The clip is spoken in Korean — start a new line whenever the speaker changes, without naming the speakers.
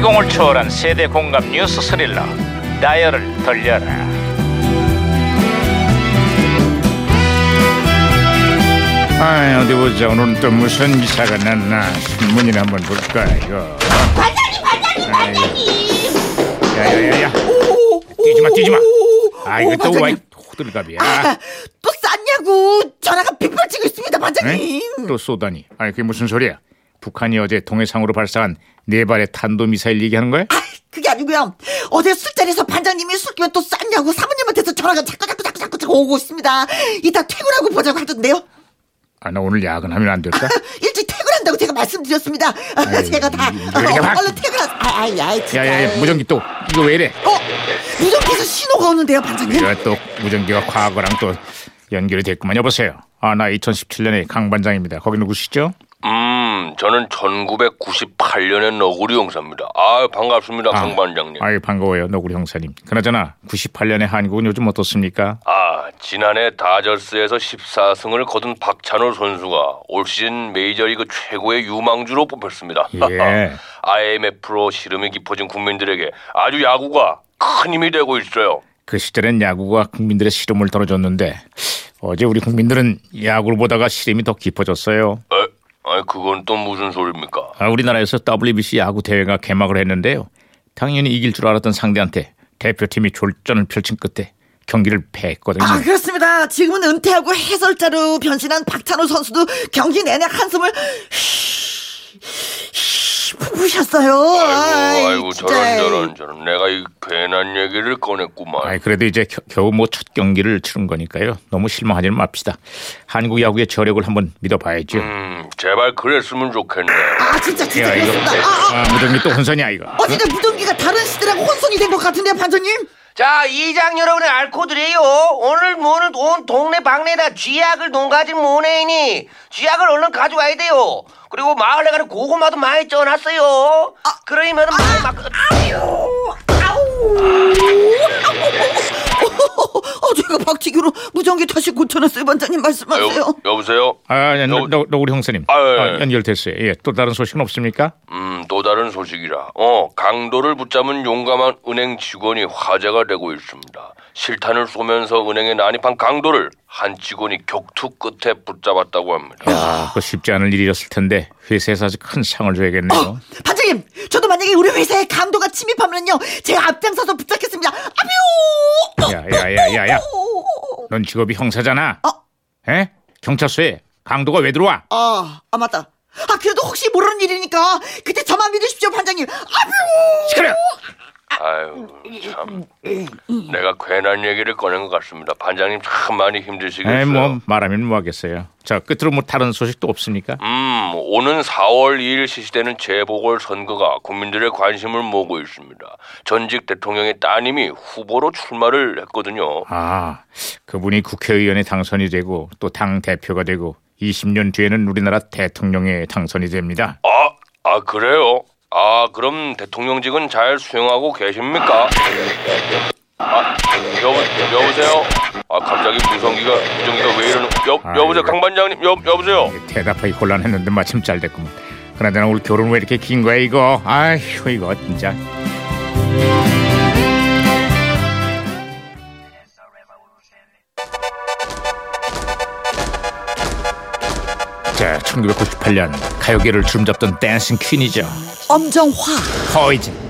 감동을 초월한 세대 공감 뉴스 스릴러 다이얼을 돌려라
아 어디 보자 오늘은 또 무슨 기사가 났나 신문이나 한번 볼까 이거
반장님 반장님 반장님
야야야야 뛰지마 뛰지마 아 이거 또 와이 아.
아,
호들갑이야
또 쌌냐고 전화가 빗발치고 있습니다 반장님
응? 또 쏘다니 아니 그게 무슨 소리야 북한이 어제 동해상으로 발사한 네 발의 탄도미사일 얘기하는 거야?
아, 그게 아니고요 어제 술자리에서 반장님이 술 끼면 또 쌌냐고 사모님한테서 전화가 자꾸 자꾸 자꾸 자꾸 자꾸 오고 있습니다 이따 퇴근하고 보자고 하던데요
아 나 오늘 야근하면 안 될까?
일찍 퇴근한다고 제가 말씀드렸습니다 아,
아이,
제가 다
이-
어,
이러니까 막-
얼른 퇴근하 아, 아이, 아이, 진짜.
야야야 무전기 또 이거 왜 이래
어? 무전기에서 신호가 오는데요 반장님
이거 또 무전기가 과거랑 또 연결이 됐구만 여보세요 아 나 2017년의 강반장입니다 거기 누구시죠?
음, 저는 1998년의 너구리 형사입니다. 아, 반갑습니다, 강 반장님.
아이 반가워요 노구리 형사님. 그나저나 98년의 한국은 요즘 어떻습니까?
아, 지난해 다저스에서 14승을 거둔 박찬호 선수가 올 시즌 메이저리그 최고의 유망주로 뽑혔습니다.
예.
IMF로 시름이 깊어진 국민들에게 아주 야구가 큰 힘이 되고 있어요.
그 시절엔 야구가 국민들의 시름을 덜어줬는데 어제 우리 국민들은 야구를 보다가 시름이 더 깊어졌어요.
에? 아, 그건 또 무슨 소리입니까?
아, 우리나라에서 WBC 야구 대회가 개막을 했는데요. 당연히 이길 줄 알았던 상대한테 대표팀이 졸전을 펼친 끝에 경기를 패했거든요.
네.
아 그렇습니다. 지금은 은퇴하고 해설자로 변신한 박찬호 선수도 경기 내내 한숨을 품으셨어요.
아이고, 아이고, 저런 저런 저런. 내가 이 괜한 얘기를 꺼냈구만.
아이, 그래도 이제 겨- 겨우 뭐 첫 경기를 치른 거니까요. 너무 실망하지는 맙시다. 한국 야구의 저력을 한번 믿어봐야죠.
음, 제발 그랬으면 좋겠네.
아 진짜 진짜
야, 이거
그렇습니다.
네.
아,
아, 무정이 또 혼선이야 이거.
아, 어 진짜 무전기가 다른 시대랑 혼선이 된 것 같은데요, 반장님?
자, 이장 여러분의 알코들이에요. 오늘 뭐는 온 동네 방네다 쥐약을 농가진 모네이니 쥐약을 얼른 가져와야 돼요. 그리고 마을에 가는 고구마도 많이 쪄놨어요. 그러면은 마을 막
어 제가 박치기로 무전기 다시 고쳐놨어요, 반장님 말씀하세요.
여, 여보세요?
아, 야,
여-
너, 너, 너 우리 형사님.
아, 예,
아,
예.
연결됐어요. 예, 또 다른 소식은 없습니까?
음, 또 다른 소식이라. 어, 강도를 붙잡은 용감한 은행 직원이 화제가 되고 있습니다. 실탄을 쏘면서 은행에 난입한 강도를 한 직원이 격투 끝에 붙잡았다고 합니다.
아, 그 쉽지 않은 일이었을 텐데 회사에서 아주 큰 상을 줘야겠네요.
어, 반장님, 저도 만약에 우리 회사에 강도가 침입하면요, 제가 앞장서서 붙잡겠습니다. 아비오!
야, 야, 야, 야, 야. 넌 직업이 형사잖아. 에? 경찰서에 강도가 왜 들어와?
아, 아 맞다. 아 그래도 혹시 모르는 일이니까 그때 저만 믿으십시오, 반장님. 아뷰!
시끄러.
아유, 참. 내가 괜한 얘기를 꺼낸 것 같습니다. 반장님 참 많이
에이,
힘드시겠어요.
뭐 말하면 뭐하겠어요. 자, 끝으로 뭐 다른 소식도 없습니까?
음, 오는 4월 2일 실시되는 재보궐 선거가 국민들의 관심을 모으고 있습니다. 전직 대통령의 따님이 후보로 출마를 했거든요.
아, 그분이 국회의원에 당선이 되고 또 당 대표가 되고 20년 뒤에는 우리나라 대통령에 당선이 됩니다.
아, 아 그래요? 아 그럼 대통령직은 잘 수행하고 계십니까? 아 여보 여보세요? 아 갑자기 무성기가 무정기가 왜 이러는? 여
아,
여보세요
이거-
강 반장님 여 여보세요?
대답하기 곤란했는데 마침 잘 됐구만. 그나저나 우리 결혼 왜 이렇게 긴 거야 이거? 아휴 이거 진짜. 자, 1998년 가요계를 주름잡던 댄싱 퀸이죠.
엄정화.
허이즌.